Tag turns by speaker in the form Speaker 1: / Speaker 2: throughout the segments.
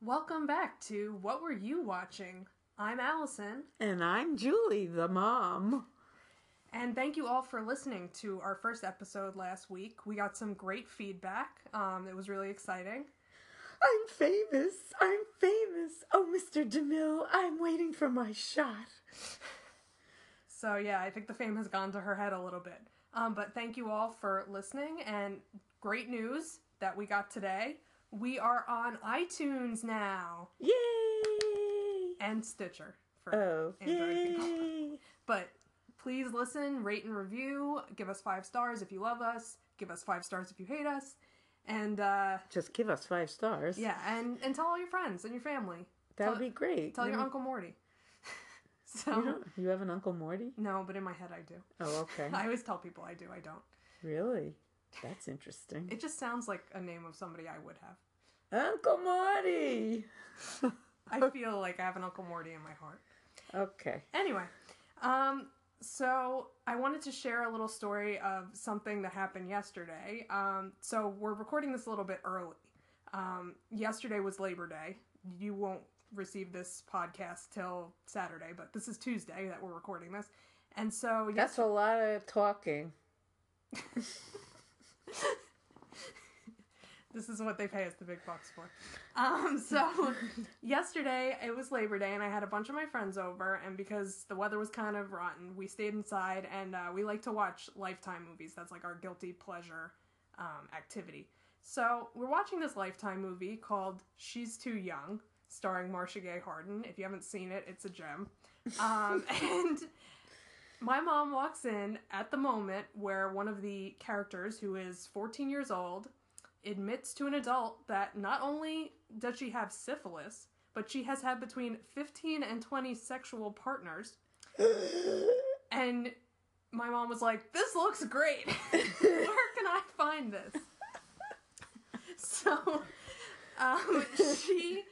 Speaker 1: Welcome back to What Were You Watching? I'm Allison,
Speaker 2: And I'm Julie, the mom.
Speaker 1: and thank you all for listening to our first episode last week. We got some great feedback. Um, it was really exciting.
Speaker 2: I'm famous. I'm famous. Oh, Mr. DeMille, I'm waiting for my shot.
Speaker 1: So, yeah, I think the fame has gone to her head a little bit. Um, but thank you all for listening, and great news that we got today. We are on iTunes now
Speaker 2: Yay!
Speaker 1: and Stitcher. For
Speaker 2: Oh,
Speaker 1: Android people.
Speaker 2: yay!
Speaker 1: But please listen, rate and review. Give us five stars if you love us. Give us five stars if you hate us. And uh,
Speaker 2: Just give us five stars.
Speaker 1: yeah, and and tell all your friends and your family.
Speaker 2: that would
Speaker 1: tell-
Speaker 2: be great.
Speaker 1: Tell your
Speaker 2: Then-
Speaker 1: uncle Morty.
Speaker 2: You,
Speaker 1: so
Speaker 2: don't- you have an Uncle Morty?
Speaker 1: no, but in my head I do.
Speaker 2: Oh, okay.
Speaker 1: I always tell people I do. I don't.
Speaker 2: really? That's interesting.
Speaker 1: It just sounds like a name of somebody I would have.
Speaker 2: Uncle Morty!
Speaker 1: I feel like I have an Uncle Morty in my heart.
Speaker 2: Okay.
Speaker 1: Anyway, um, so I wanted to share a little story of something that happened yesterday. Um, so we're recording this a little bit early. Um, yesterday was Labor Day. You won't receive this podcast till Saturday, but this is Tuesday that we're recording this. And so yes,
Speaker 2: That's a lot of talking.
Speaker 1: this is what they pay us the big bucks for. Um, so yesterday it was Labor Day, and I had a bunch of my friends over, and because the weather was kind of rotten, we stayed inside, and uh, we like to watch Lifetime movies. That's like our guilty pleasure um, activity. So we're watching this Lifetime movie called She's Too Young, starring Marcia Gay Harden. If you haven't seen it, it's a gem. Um, and my mom walks in at the moment where one of the characters, who is 14 years old, admits to an adult that not only does she have syphilis, but she has had between 15 and 20 sexual partners. And my mom was like, This looks great. Where can I find this? so um, she,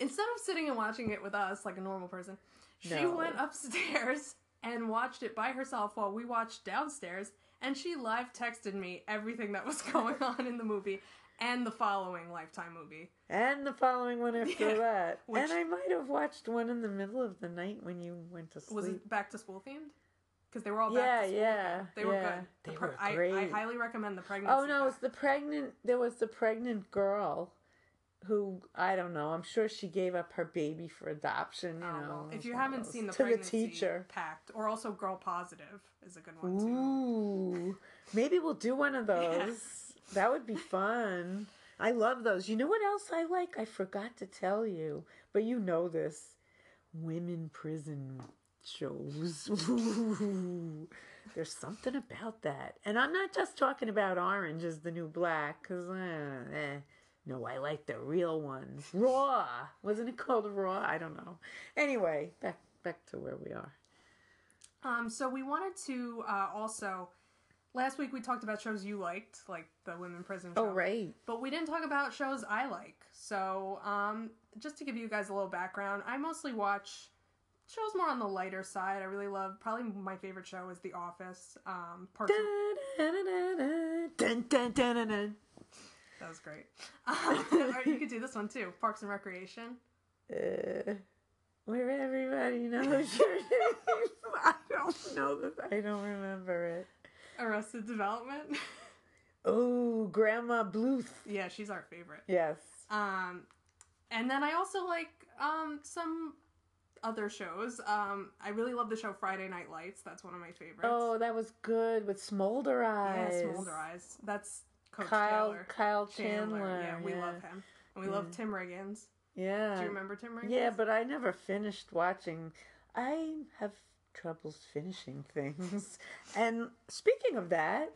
Speaker 1: instead of sitting and watching it with us like a normal person, she
Speaker 2: No.
Speaker 1: went upstairs and watched it by herself while we watched downstairs. And she live texted me everything that was going on in the movie and the following Lifetime movie.
Speaker 2: And the following one after
Speaker 1: Yeah,
Speaker 2: that.
Speaker 1: which-
Speaker 2: and I might have watched one in the middle of the night when you went to sleep.
Speaker 1: Was it back to school themed? Because they were all back
Speaker 2: yeah,
Speaker 1: to school.
Speaker 2: yeah.
Speaker 1: They were
Speaker 2: yeah.
Speaker 1: good. The
Speaker 2: They
Speaker 1: pre-
Speaker 2: were
Speaker 1: I-
Speaker 2: great.
Speaker 1: I, highly recommend the pregnancy.
Speaker 2: oh no,
Speaker 1: pack.
Speaker 2: it's the pregnant there was the pregnant girl who I don't know, I'm sure she gave up her baby for adoption, you
Speaker 1: Oh, well,
Speaker 2: know.
Speaker 1: if
Speaker 2: it's
Speaker 1: you
Speaker 2: one of
Speaker 1: haven't
Speaker 2: those.
Speaker 1: seen the
Speaker 2: to the
Speaker 1: pregnancy
Speaker 2: teacher.
Speaker 1: pact, or also Girl Positive is a good one too.
Speaker 2: Ooh. Maybe we'll do one of those. That would be fun. I love those. You know what else I like? I forgot to tell you, but you know this. Women prison shows. Ooh. There's something about that. And I'm not just talking about Orange is the New Black, because, eh. No, I like the real ones. Raw. Wasn't it called Raw? I don't know. Anyway, back back to where we are.
Speaker 1: Um, so we wanted to uh, also last week we talked about shows you liked, like the Women Prison show.
Speaker 2: Oh, right.
Speaker 1: But we didn't talk about shows I like. So, um, just to give you guys a little background, I mostly watch shows more on the lighter side. I really love, probably my favorite show is The Office. Um, Parks and-
Speaker 2: Uh,
Speaker 1: that was great. Um, or you could do this one too Parks and Recreation.
Speaker 2: Uh, where everybody knows your name. I don't know that. I don't remember it.
Speaker 1: Arrested Development.
Speaker 2: Oh, Grandma Bluth.
Speaker 1: yeah, she's our favorite.
Speaker 2: Yes.
Speaker 1: Um, and then I also like um, some other shows. Um, I really love the show Friday Night Lights. That's one of my favorites.
Speaker 2: Oh, that was good with Smolder
Speaker 1: yeah,
Speaker 2: Eyes.
Speaker 1: Smolder Eyes. That's Coach
Speaker 2: Kyle
Speaker 1: Taylor.
Speaker 2: Kyle
Speaker 1: Chandler.
Speaker 2: Chandler.
Speaker 1: Yeah, we love him. And we love Tim Riggins.
Speaker 2: Yeah.
Speaker 1: Do you remember Tim Riggins?
Speaker 2: Uh, Yeah, but I never finished watching. I have troubles finishing things. And speaking of that,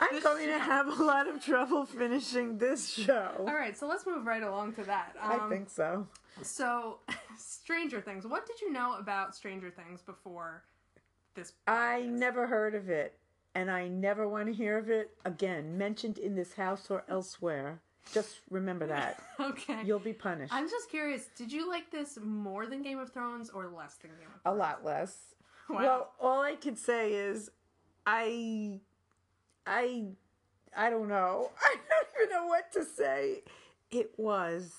Speaker 2: I'm
Speaker 1: This
Speaker 2: going
Speaker 1: show.
Speaker 2: to have a lot of trouble finishing this show.
Speaker 1: All right, so let's move right along to that. Um,
Speaker 2: I think so.
Speaker 1: so. Stranger Things. What did you know about Stranger Things before this?
Speaker 2: I
Speaker 1: podcast?
Speaker 2: never heard of it, and I never want to hear of it again, mentioned in this house or elsewhere. Just remember that.
Speaker 1: Okay.
Speaker 2: You'll be punished.
Speaker 1: I'm just curious. Did you like this more than Game of Thrones or less than Game of
Speaker 2: a lot less.
Speaker 1: Thrones?
Speaker 2: Well, all I could say is, I, I, I don't know. I don't even know what to say. It was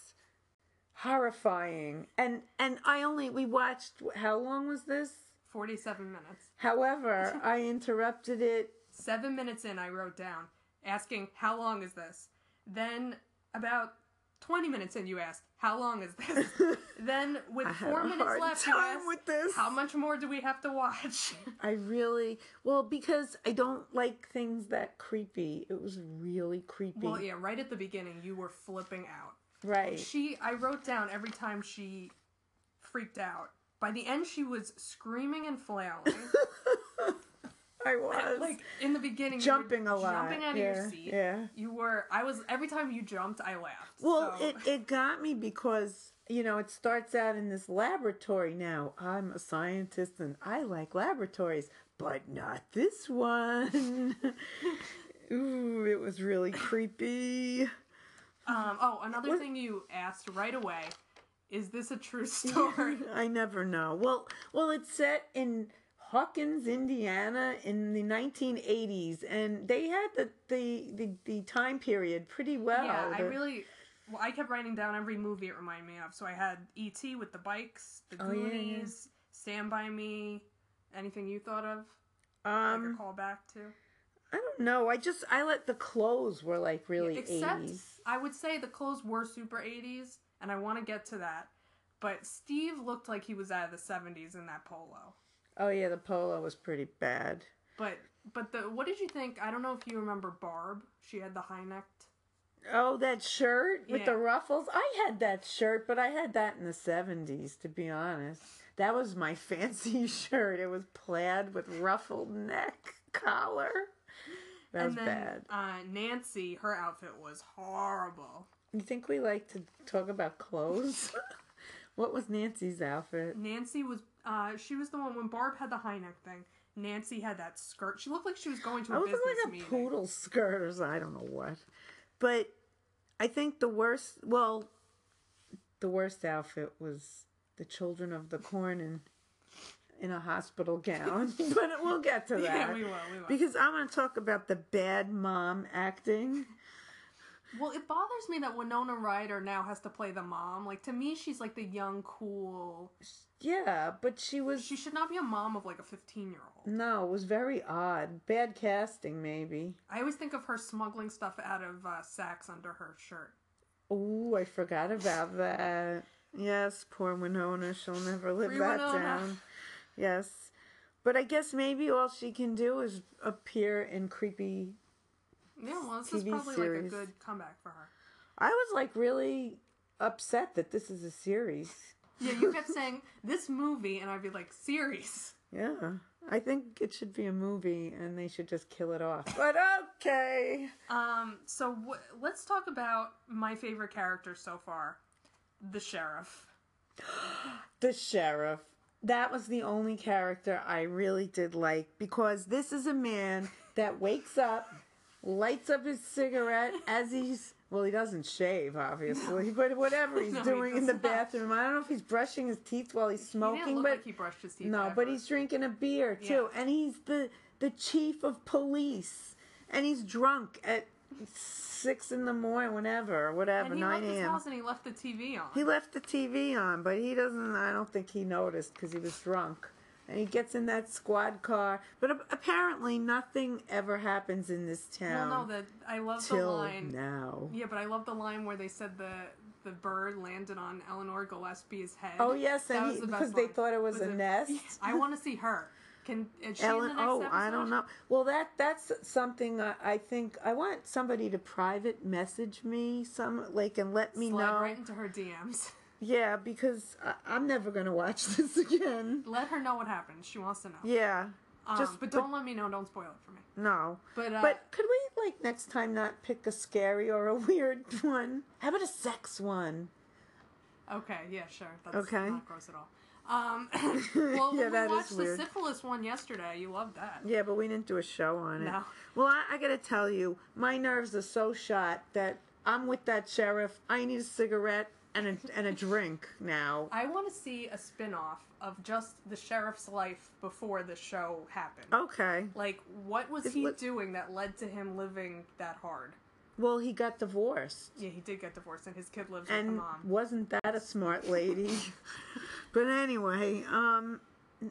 Speaker 2: horrifying. And and I only we watched how long was this?
Speaker 1: 47 minutes.
Speaker 2: However, I interrupted it.
Speaker 1: Seven minutes in, I wrote down, asking, How long is this? Then, about 20 minutes in, you asked, How long is this? then, with
Speaker 2: I had
Speaker 1: four
Speaker 2: a
Speaker 1: minutes
Speaker 2: hard
Speaker 1: left, you
Speaker 2: time
Speaker 1: asked,
Speaker 2: with this.
Speaker 1: How much more do we have to watch?
Speaker 2: I really well because I don't like things that creepy. It was really creepy.
Speaker 1: well, yeah, right at the beginning, you were flipping out.
Speaker 2: Right.
Speaker 1: She, I wrote down every time she freaked out. By the end, she was screaming and flailing.
Speaker 2: I was
Speaker 1: like in the beginning, you were
Speaker 2: jumping a lot.
Speaker 1: jumping out
Speaker 2: yeah,
Speaker 1: of your seat.
Speaker 2: Yeah.
Speaker 1: You were. I was. Every time you jumped, I laughed.
Speaker 2: Well,
Speaker 1: so.
Speaker 2: it, it got me because, you know, it starts out in this laboratory now. I'm a scientist and I like laboratories, but not this one. Ooh, it was really creepy.
Speaker 1: Um, oh, another thing you asked right away is this a true story?
Speaker 2: I never know. Well, well, it's set in Hawkins, Indiana, in the 1980s, and they had the the the, the time period pretty well.
Speaker 1: yeah, I
Speaker 2: The-
Speaker 1: really. Well, I kept writing down every movie it reminded me of. So I had E.T. with the bikes, The
Speaker 2: Oh, yeah,
Speaker 1: Goonies,
Speaker 2: yeah.
Speaker 1: Stand By Me, anything you thought of, like
Speaker 2: um,
Speaker 1: a callback to.
Speaker 2: I don't know. I just I let the clothes were like really
Speaker 1: Except,
Speaker 2: 80s.
Speaker 1: I would say the clothes were super 80s, and I want to get to that. But Steve looked like he was out of the 70s in that polo.
Speaker 2: Oh yeah, the polo was pretty bad.
Speaker 1: But but the what did you think? I don't know if you remember Barb. She had the high necked
Speaker 2: Oh, that shirt with the
Speaker 1: Yeah.
Speaker 2: ruffles. I had that shirt, but I had that in the 70s, to be honest. That was my fancy shirt. It was plaid with ruffled neck collar. That was
Speaker 1: and then
Speaker 2: bad.
Speaker 1: Uh, Nancy, her outfit was horrible.
Speaker 2: You think we like to talk about clothes? what was Nancy's outfit?
Speaker 1: Nancy was uh, she was the one when Barb had the high neck thing. Nancy had that skirt. She looked like she was going to
Speaker 2: I
Speaker 1: a
Speaker 2: was in
Speaker 1: business
Speaker 2: like a
Speaker 1: meeting.
Speaker 2: poodle skirt or so- I don't know what. But I think the worst, well, the worst outfit was the children of the corn in, in a hospital gown. but we'll get to that.
Speaker 1: Yeah, we will. We will.
Speaker 2: Because I want to talk about the bad mom acting.
Speaker 1: well, it bothers me that Winona Ryder now has to play the mom. Like to me, she's like the young, cool.
Speaker 2: Yeah, but she was Mm.
Speaker 1: She should not be a mom of like a fifteen-year-old.
Speaker 2: no, it was very odd. Bad casting, maybe.
Speaker 1: I always think of her smuggling stuff out of uh, sacks under her shirt.
Speaker 2: Ooh, I forgot about that. Yes, poor Winona. She'll never live
Speaker 1: Free
Speaker 2: that
Speaker 1: Winona.
Speaker 2: down. Yes. But I guess maybe all she can do is appear in creepy.
Speaker 1: Yeah, well, this is
Speaker 2: TV
Speaker 1: probably
Speaker 2: series.
Speaker 1: like a good comeback for her.
Speaker 2: I was like really upset that this is a series.
Speaker 1: Yeah, you kept saying this movie, and I'd be like, series.
Speaker 2: Yeah. I think it should be a movie and they should just kill it off. But okay.
Speaker 1: Um, so w- let's talk about my favorite character so far, the sheriff.
Speaker 2: The sheriff. That was the only character I really did like because this is a man that wakes up, lights up his cigarette as he's well, he doesn't shave obviously, but whatever he's
Speaker 1: No, he
Speaker 2: doing in
Speaker 1: does
Speaker 2: the
Speaker 1: not.
Speaker 2: bathroom. I don't know if he's brushing his teeth while he's
Speaker 1: He didn't
Speaker 2: smoking,
Speaker 1: look
Speaker 2: but
Speaker 1: like he brushed his teeth.
Speaker 2: no,
Speaker 1: ever.
Speaker 2: but he's drinking a beer too, and he's the the chief of police, and he's drunk at six in the morning, whenever, whatever,
Speaker 1: and he
Speaker 2: nine
Speaker 1: left his
Speaker 2: a.m.
Speaker 1: house and he left the TV on.
Speaker 2: He left the TV on, but he doesn't. I don't think he noticed because he was drunk. And he gets in that squad car, but a- apparently nothing ever happens in this
Speaker 1: well,
Speaker 2: town
Speaker 1: no, that I love the
Speaker 2: till
Speaker 1: line.
Speaker 2: now.
Speaker 1: Yeah, but I love the line where they said the the bird landed on Eleanor Gillespie's head.
Speaker 2: Oh yes,
Speaker 1: That
Speaker 2: and
Speaker 1: was
Speaker 2: he,
Speaker 1: the best
Speaker 2: because they
Speaker 1: line.
Speaker 2: thought it was,
Speaker 1: Was
Speaker 2: a
Speaker 1: it-
Speaker 2: nest.
Speaker 1: I want to see her. Can is she in
Speaker 2: Ellen,
Speaker 1: the next
Speaker 2: oh,
Speaker 1: episode?
Speaker 2: I don't know. Well, that that's something I, I think I want somebody to private message me some like and let me
Speaker 1: Slide
Speaker 2: know.
Speaker 1: right into her DMs.
Speaker 2: Yeah, because I, I'm never gonna watch this again.
Speaker 1: Let her know what happened. She wants to know.
Speaker 2: Yeah,
Speaker 1: Um,
Speaker 2: just-
Speaker 1: but don't let me know. Don't spoil it for me.
Speaker 2: no.
Speaker 1: But, uh,
Speaker 2: But could we like next time not pick a scary or a weird one? How about a sex one?
Speaker 1: Okay, yeah, sure. That's
Speaker 2: Okay.
Speaker 1: not gross at all. Um, well,
Speaker 2: Yeah,
Speaker 1: when
Speaker 2: that
Speaker 1: we
Speaker 2: is
Speaker 1: watched the
Speaker 2: weird.
Speaker 1: syphilis one yesterday. You loved that.
Speaker 2: Yeah, but we didn't do a show on it.
Speaker 1: No.
Speaker 2: Well, I, I gotta tell you, my nerves are so shot that I'm with that sheriff. I need a cigarette and a and a drink now.
Speaker 1: I want to see a spin off of just the sheriff's life before the show happened.
Speaker 2: Okay.
Speaker 1: Like, what was
Speaker 2: Oh. It
Speaker 1: he
Speaker 2: look-
Speaker 1: doing that led to him living that hard?
Speaker 2: Well, he got divorced.
Speaker 1: Yeah, he did get divorced, and his kid lives with
Speaker 2: And
Speaker 1: the mom.
Speaker 2: wasn't that a smart lady? but anyway, um,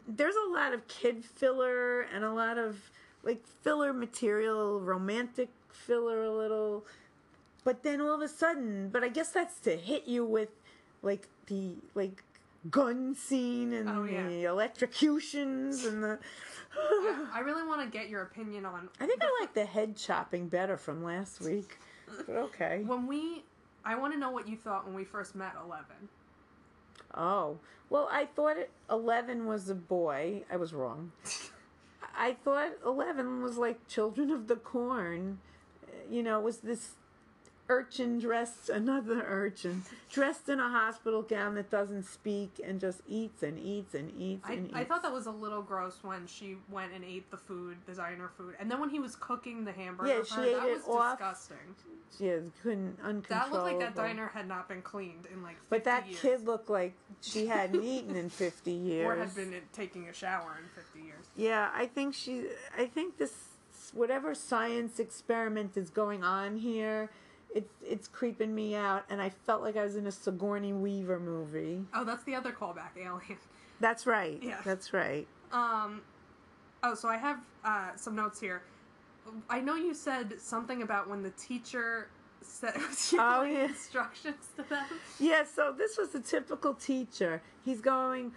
Speaker 2: there's a lot of kid filler and a lot of like filler material, romantic filler a little. But then all of a sudden, but I guess that's to hit you with like the like gun scene and
Speaker 1: Oh, yeah.
Speaker 2: the electrocutions and the.
Speaker 1: I, I really want to get your opinion on
Speaker 2: I think I like the head chopping better from last week. But okay.
Speaker 1: when we. I want to know what you thought when we first met Eleven.
Speaker 2: Oh. Well, I thought it, 11 was a boy. I was wrong. I thought 11 was like Children of the Corn. Uh, You know, it was this urchin dressed, another urchin, dressed in a hospital gown that doesn't speak and just eats and eats and eats
Speaker 1: I,
Speaker 2: and eats.
Speaker 1: I thought that was a little gross when she went and ate the food, the diner food, and then when he was cooking the hamburger,
Speaker 2: Yeah,
Speaker 1: for
Speaker 2: she
Speaker 1: her,
Speaker 2: ate
Speaker 1: that
Speaker 2: it
Speaker 1: was
Speaker 2: off.
Speaker 1: disgusting.
Speaker 2: Yeah, couldn't, uncontrollable.
Speaker 1: That looked like that diner had not been cleaned in like 50
Speaker 2: But that
Speaker 1: years,
Speaker 2: kid looked like she hadn't eaten in 50 years.
Speaker 1: or had been in- taking a shower in fifty years.
Speaker 2: Yeah, I think she. I think this whatever science experiment is going on here, it's it's creeping me out, and I felt like I was in a Sigourney Weaver movie.
Speaker 1: Oh, that's the other callback, Alien.
Speaker 2: That's right.
Speaker 1: Yeah.
Speaker 2: That's right.
Speaker 1: Um, oh, so I have uh, some notes here. I know you said something about when the teacher said she
Speaker 2: Oh,
Speaker 1: gave
Speaker 2: yeah.
Speaker 1: instructions to them.
Speaker 2: Yeah. So this was the typical teacher. He's going.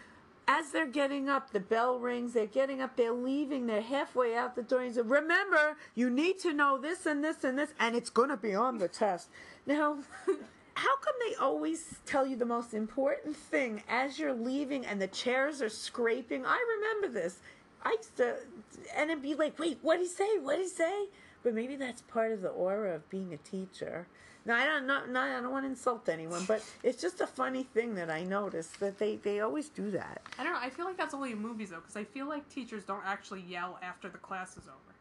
Speaker 2: As they're getting up, the bell rings. They're getting up. They're leaving. They're halfway out the door. He said, "Remember, you need to know this and this and this, and it's gonna be on the test." Now, how come they always tell you the most important thing as you're leaving and the chairs are scraping? I remember this. I used to, and it'd be like, wait, what'd he say? What'd he say? But maybe that's part of the aura of being a teacher. Now, I don't know, no, I don't want to insult anyone, but it's just a funny thing that I noticed that they, they always do that.
Speaker 1: I don't know. I feel like that's only in movies though, because I feel like teachers don't actually yell after the class is over.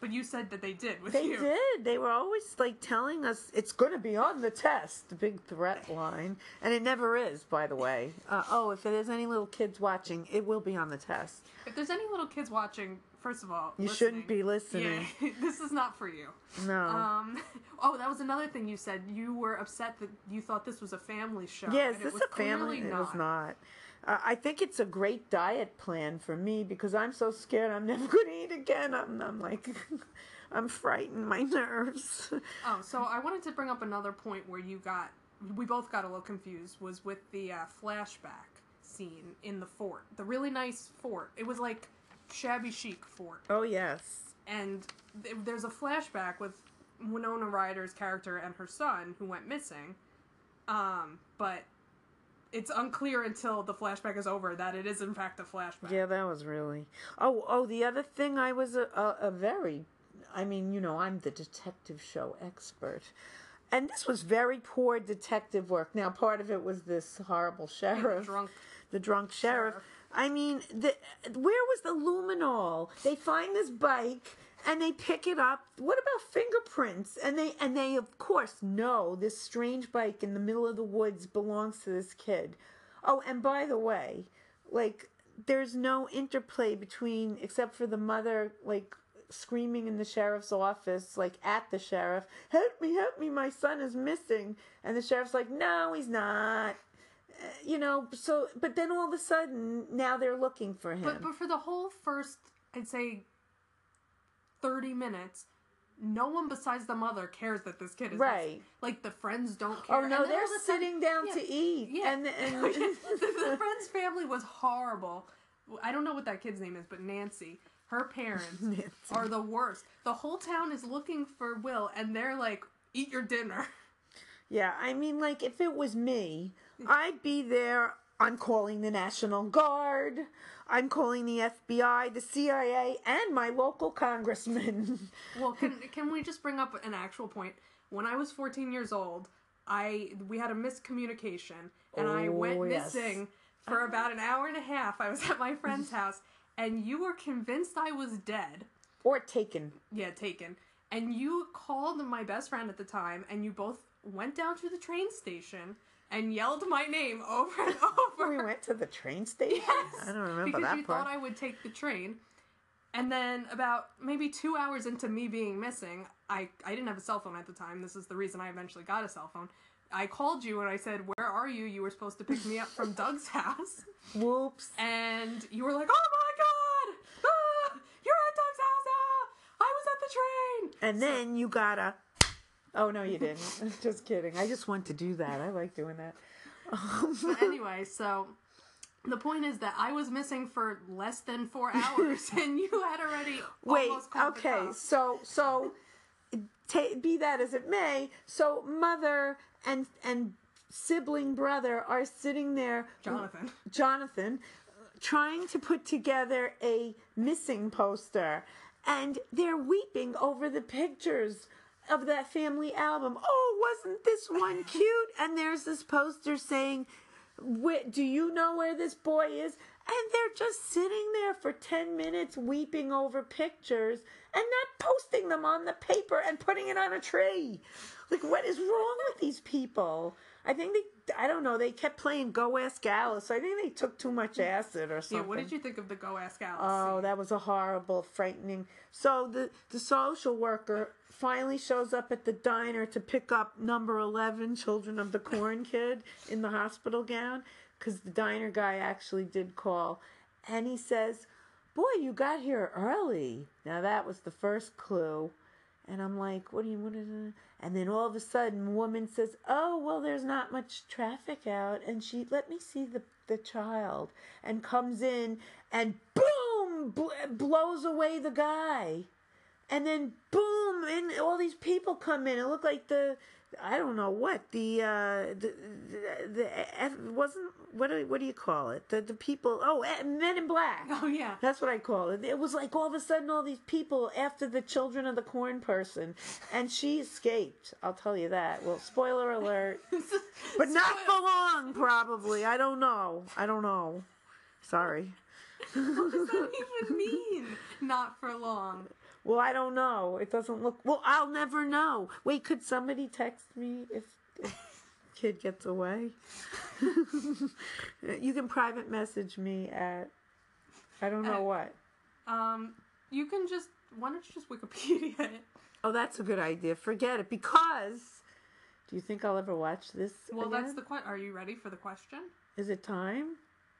Speaker 1: But you said that they did with
Speaker 2: They
Speaker 1: you.
Speaker 2: did. They were always like telling us it's going to be on the test, the big threat line, and it never is, by the way. Uh, oh, if there's any little kids watching, it will be on the test.
Speaker 1: If there's any little kids watching, first of all,
Speaker 2: You shouldn't be listening.
Speaker 1: Yeah, this is not for you.
Speaker 2: No.
Speaker 1: Um, oh, that was another thing you said. You were upset that you thought this was a family show.
Speaker 2: yeah,
Speaker 1: and
Speaker 2: is
Speaker 1: it
Speaker 2: this
Speaker 1: was
Speaker 2: a family?
Speaker 1: clearly
Speaker 2: It was not. Uh, I think it's a great diet plan for me because I'm so scared I'm never going to eat again. I'm, I'm like, I'm frightened. My nerves.
Speaker 1: Oh, so I wanted to bring up another point where you got, we both got a little confused, was with the uh, flashback scene in the fort. The really nice fort. It was like shabby chic fort.
Speaker 2: Oh yes.
Speaker 1: And th- there's a flashback with Winona Ryder's character and her son who went missing. Um, but it's unclear until the flashback is over that it is in fact a flashback.
Speaker 2: Yeah, that was really. Oh, oh, the other thing I was a, a, a very, I mean, you know, I'm the detective show expert. And this was very poor detective work. Now, part of it was this horrible sheriff,
Speaker 1: drunk
Speaker 2: the drunk sheriff. I mean, the, where was the luminol? They find this bike and they pick it up. What about fingerprints? And they and they of course know this strange bike in the middle of the woods belongs to this kid. Oh, and by the way, like there's no interplay between except for the mother like screaming in the sheriff's office like at the sheriff help me help me my son is missing and the sheriff's like no he's not Uh, you know so but then all of a sudden now they're looking for him
Speaker 1: But but for the whole first, I'd say, thirty minutes, no one besides the mother cares that this kid is
Speaker 2: Right.
Speaker 1: missing. Like the friends don't care.
Speaker 2: oh no
Speaker 1: And then
Speaker 2: they're
Speaker 1: all of a sudden-
Speaker 2: sitting down
Speaker 1: yeah,
Speaker 2: to eat
Speaker 1: Yeah, Oh,
Speaker 2: and,
Speaker 1: the, the
Speaker 2: and
Speaker 1: friend's family was horrible. I don't know what that kid's name is, but Nancy, her parents
Speaker 2: Nancy.
Speaker 1: are the worst. The whole town is looking for Will, and they're like, "Eat your dinner."
Speaker 2: Yeah, I mean, like, if it was me, I'd be there. I'm calling the National Guard. I'm calling the FBI, the CIA, and my local congressman.
Speaker 1: Well, can can we just bring up an actual point? When I was 14 years old, I we had a miscommunication, and I
Speaker 2: Oh,
Speaker 1: went
Speaker 2: yes.
Speaker 1: missing for about an hour and a half. I was at my friend's house, and you were convinced I was dead.
Speaker 2: or taken.
Speaker 1: Yeah, taken. And you called my best friend at the time, and you both went down to the train station and yelled my name over and over.
Speaker 2: We went to the train station.
Speaker 1: Yes,
Speaker 2: I don't remember
Speaker 1: because
Speaker 2: that
Speaker 1: you
Speaker 2: part.
Speaker 1: thought I would take the train, And then about maybe two hours into me being missing, I, I didn't have a cell phone at the time. This is the reason I eventually got a cell phone. I called you and I said, Where are you? You were supposed to pick me up from Doug's house.
Speaker 2: Whoops.
Speaker 1: And you were like, Oh my God! Ah, you're at Doug's house! Ah, I was at the train!
Speaker 2: And then you gotta. Oh no, you didn't. just kidding. I just want to do that. I like doing that. Um,
Speaker 1: anyway, so the point is that I was missing for less than four hours, and you had already
Speaker 2: Wait.
Speaker 1: Almost called the
Speaker 2: Okay.
Speaker 1: cops.
Speaker 2: So so, ta be that as it may. So mother and and sibling brother are sitting there.
Speaker 1: Jonathan.
Speaker 2: Jonathan, trying to put together a missing poster, and they're weeping over the pictures of that family album. Oh, wasn't this one cute? And there's this poster saying, "Wh- "Do you know where this boy is?" And they're just sitting there for 10 minutes weeping over pictures and not posting them on the paper and putting it on a tree. Like, what is wrong with these people? I think they, I don't know, they kept playing Go Ask Alice. So I think they took too much acid or
Speaker 1: Yeah,
Speaker 2: something.
Speaker 1: what did you think of the Go Ask Alice?
Speaker 2: Oh,
Speaker 1: scene?
Speaker 2: that was a horrible, frightening. So the, the social worker finally shows up at the diner to pick up number 11, Children of the Corn Kid, in the hospital gown, because the diner guy actually did call. And he says, Boy, you got here early. Now that was the first clue. And I'm like, what do you want to And then all of a sudden, woman says, oh, well, there's not much traffic out. And she, let me see the, the child. And comes in and boom, bl- blows away the guy. And then boom, and all these people come in. It looked like the, I don't know what, the, uh, the, the, the F, wasn't, what do, what do you call it? The, the people, oh, eh, Men in Black.
Speaker 1: Oh, yeah.
Speaker 2: That's what I call it. It was like all of a sudden all these people after the children of the corn person, and she escaped. I'll tell you that. Well, spoiler alert, but not
Speaker 1: Spoil-
Speaker 2: for long, probably. I don't know. I don't know. Sorry.
Speaker 1: What does that even mean? Not for long.
Speaker 2: Well, I don't know. It doesn't look. Well, I'll never know. Wait, could somebody text me if, if kid gets away? you can private message me at I don't know what.
Speaker 1: Um, you can just why don't you just Wikipedia it?
Speaker 2: Oh, that's a good idea. Forget it because. Do you think I'll ever watch this?
Speaker 1: Well, that's
Speaker 2: again?
Speaker 1: the question. Are you ready for the question?
Speaker 2: Is it time?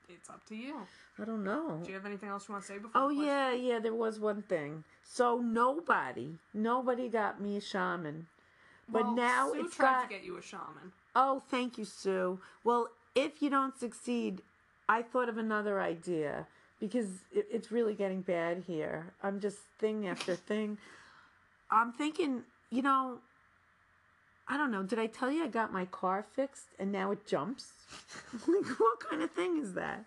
Speaker 1: It's up to you.
Speaker 2: I don't know.
Speaker 1: Do you have anything else you want to say before?
Speaker 2: Oh
Speaker 1: the question?
Speaker 2: yeah, yeah. There was one thing. So nobody, nobody got me a shaman, but
Speaker 1: Well,
Speaker 2: now
Speaker 1: Sue
Speaker 2: it's
Speaker 1: tried
Speaker 2: got.
Speaker 1: to get you a shaman.
Speaker 2: Oh, thank you, Sue. Well, if you don't succeed, I thought of another idea because it, it's really getting bad here. I'm just thing after thing. I'm thinking, you know, I don't know. Did I tell you I got my car fixed and now it jumps? like, what kind of thing is that?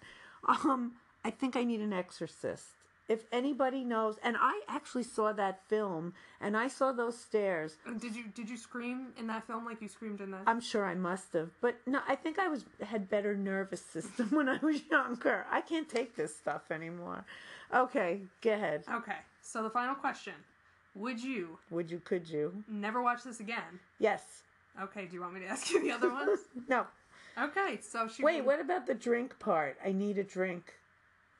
Speaker 2: Um, I think I need an exorcist. If anybody knows, and I actually saw that film and I saw those stairs
Speaker 1: Uh, Did you did you scream in that film like you screamed in this?
Speaker 2: I'm sure I must have, but no, I think I was had better nervous system when I was younger. I can't take this stuff anymore. Okay, go ahead.
Speaker 1: okay. So the final question: Would you
Speaker 2: Would you? Could you?
Speaker 1: never watch this again?
Speaker 2: Yes.
Speaker 1: Okay. Do you want me to ask you the other ones?
Speaker 2: No.
Speaker 1: Okay. So she
Speaker 2: Wait.
Speaker 1: would-
Speaker 2: What about the drink part? I need a drink.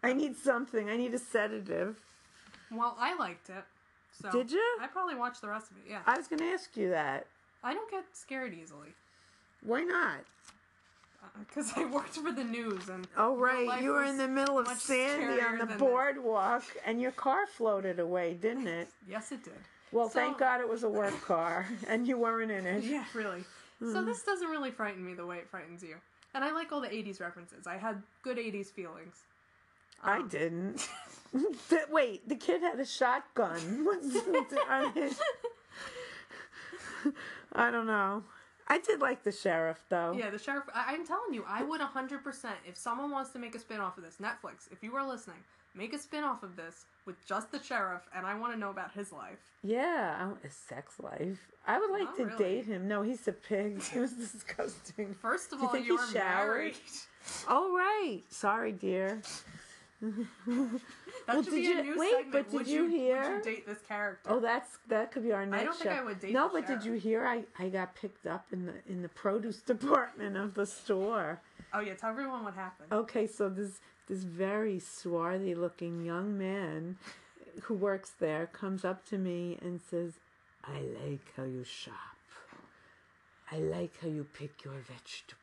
Speaker 2: I need something. I need a sedative.
Speaker 1: Well, I liked it. So
Speaker 2: Did you?
Speaker 1: I probably watched the rest of it. Yeah.
Speaker 2: I was going to ask you that.
Speaker 1: I don't get scared easily.
Speaker 2: Why not?
Speaker 1: because I worked for the news and
Speaker 2: Oh
Speaker 1: real
Speaker 2: right,
Speaker 1: life
Speaker 2: you were
Speaker 1: was
Speaker 2: in the middle of
Speaker 1: much
Speaker 2: Sandy on
Speaker 1: scarier
Speaker 2: the
Speaker 1: than
Speaker 2: boardwalk, and your car floated away, didn't it?
Speaker 1: this. Yes, it did.
Speaker 2: Well,
Speaker 1: So-
Speaker 2: thank God it was a work car, and you weren't in it.
Speaker 1: Yeah, really.
Speaker 2: Mm-hmm.
Speaker 1: So this doesn't really frighten me the way it frightens you. And I like all the '80s references. I had good '80s feelings.
Speaker 2: I
Speaker 1: Um,
Speaker 2: didn't. Th- wait, the kid had a shotgun. What's- I mean, I don't know. I did like the sheriff though.
Speaker 1: Yeah, the sheriff. I- I'm telling you, I would 100% if someone wants to make a spin off of this. Netflix, if you are listening, make a spin off of this with just the sheriff, and I want to know about his life.
Speaker 2: Yeah, I want his sex life. I would like
Speaker 1: Not
Speaker 2: to
Speaker 1: really.
Speaker 2: date him. No, he's a pig. He was disgusting.
Speaker 1: First of
Speaker 2: Do you
Speaker 1: all,
Speaker 2: think he
Speaker 1: you're
Speaker 2: showered?
Speaker 1: married. Oh,
Speaker 2: All right. Sorry, dear.
Speaker 1: That
Speaker 2: Well,
Speaker 1: should
Speaker 2: did
Speaker 1: be
Speaker 2: you-
Speaker 1: a new
Speaker 2: wait,
Speaker 1: segment.
Speaker 2: but did
Speaker 1: would
Speaker 2: you hear-
Speaker 1: Would you date this character?
Speaker 2: Oh, that's that could be our next.
Speaker 1: don't think
Speaker 2: show.
Speaker 1: I would date
Speaker 2: No,
Speaker 1: the
Speaker 2: but did
Speaker 1: sheriff.
Speaker 2: you hear? I I got picked up in the in the produce department of the store.
Speaker 1: Oh yeah, tell
Speaker 2: Oh.
Speaker 1: everyone what happened.
Speaker 2: Okay, so this this very swarthy looking young man who works there comes up to me and says, I like how you shop. I like how you pick your vegetables.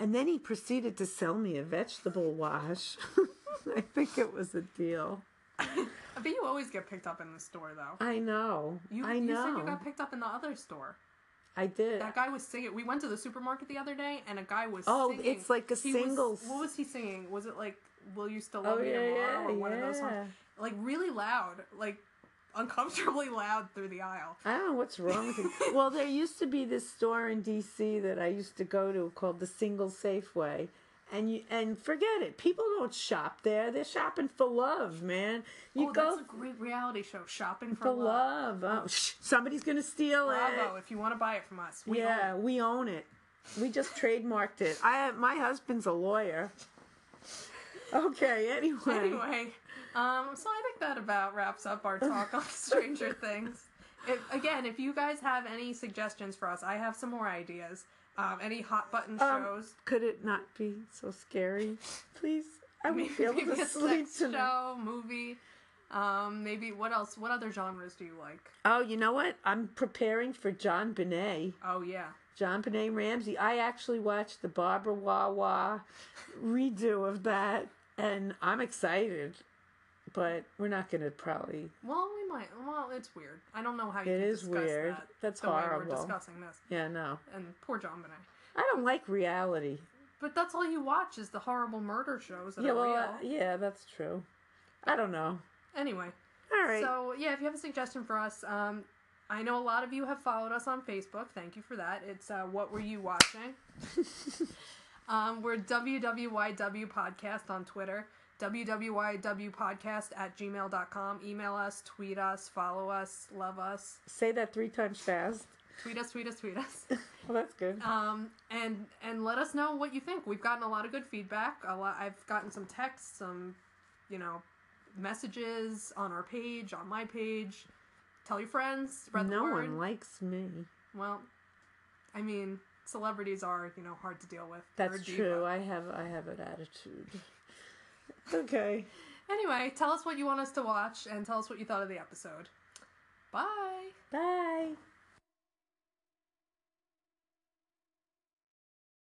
Speaker 2: And then he proceeded to sell me a vegetable wash. I think it was a deal.
Speaker 1: I bet you always get picked up in the store though.
Speaker 2: I know.
Speaker 1: You,
Speaker 2: I
Speaker 1: you
Speaker 2: know.
Speaker 1: said you got picked up in the other store.
Speaker 2: I did.
Speaker 1: That guy was singing. We went to the supermarket the other day, and a guy was.
Speaker 2: Oh,
Speaker 1: singing.
Speaker 2: it's like a
Speaker 1: He was-
Speaker 2: singles.
Speaker 1: what was he singing? Was it like "Will You Still Love
Speaker 2: Oh
Speaker 1: Me
Speaker 2: yeah,
Speaker 1: Tomorrow"
Speaker 2: yeah,
Speaker 1: or one of those
Speaker 2: Oh, yeah.
Speaker 1: songs? Like really loud, like uncomfortably loud through the aisle.
Speaker 2: I don't know Oh, what's wrong with it. well, there used to be this store in D.C. that I used to go to called the Single Safeway, and you and forget it. People don't shop there. They're shopping for love, man. You
Speaker 1: oh,
Speaker 2: go
Speaker 1: that's a great reality show, Shopping for
Speaker 2: for
Speaker 1: Love.
Speaker 2: love. Oh, shh, somebody's gonna steal
Speaker 1: Bravo!
Speaker 2: it.
Speaker 1: If you want to buy it from us, we
Speaker 2: yeah,
Speaker 1: own
Speaker 2: we own it. We just trademarked it. I my husband's a lawyer. Okay.
Speaker 1: it. Anyway, um, so I think that about wraps up our talk on Stranger Things. If, again, if you guys have any suggestions for us, I have some more ideas. Um, any hot button
Speaker 2: Um,
Speaker 1: shows?
Speaker 2: Could it not be so scary? Please, I
Speaker 1: maybe,
Speaker 2: won't be able
Speaker 1: maybe
Speaker 2: to
Speaker 1: a
Speaker 2: sleep
Speaker 1: sex
Speaker 2: tonight.
Speaker 1: show, movie. Um, maybe what else? What other genres do you like?
Speaker 2: Oh, you know what? I'm preparing for John Benet.
Speaker 1: Oh yeah,
Speaker 2: John Benet Ramsey. I actually watched the Barbara Wawa redo of that, and I'm excited. But we're not going to probably.
Speaker 1: well we might. Well, it's weird. I don't know how you
Speaker 2: It
Speaker 1: can
Speaker 2: is
Speaker 1: discuss
Speaker 2: weird.
Speaker 1: that
Speaker 2: That's
Speaker 1: the way
Speaker 2: horrible.
Speaker 1: we're discussing this.
Speaker 2: Yeah, no.
Speaker 1: And poor John Bonet.
Speaker 2: I don't like reality.
Speaker 1: But that's all you watch is the horrible murder shows that
Speaker 2: yeah,
Speaker 1: are
Speaker 2: well,
Speaker 1: real.
Speaker 2: uh, yeah, that's true. I don't know.
Speaker 1: anyway,
Speaker 2: All right.
Speaker 1: so yeah, if you have a suggestion for us, um, I know a lot of you have followed us on Facebook. Thank you for that. It's uh, what were you watching? Um, we're WWYW Podcast on Twitter, WWYW Podcast at gmail.com. Email us, tweet us, follow us, love us.
Speaker 2: Say that three times fast.
Speaker 1: Tweet us, tweet us, tweet us.
Speaker 2: Well, that's good.
Speaker 1: Um, and and let us know what you think. We've gotten a lot of good feedback. A lot, I've gotten some texts, some, you know, messages on our page, on my page. Tell your friends, spread the
Speaker 2: no
Speaker 1: word.
Speaker 2: one likes me.
Speaker 1: well, I mean, celebrities are, you know, hard to deal with. They're
Speaker 2: That's
Speaker 1: a diva.
Speaker 2: true. I have I have an attitude. Okay.
Speaker 1: Anyway, tell us what you want us to watch and tell us what you thought of the episode. Bye.
Speaker 2: Bye.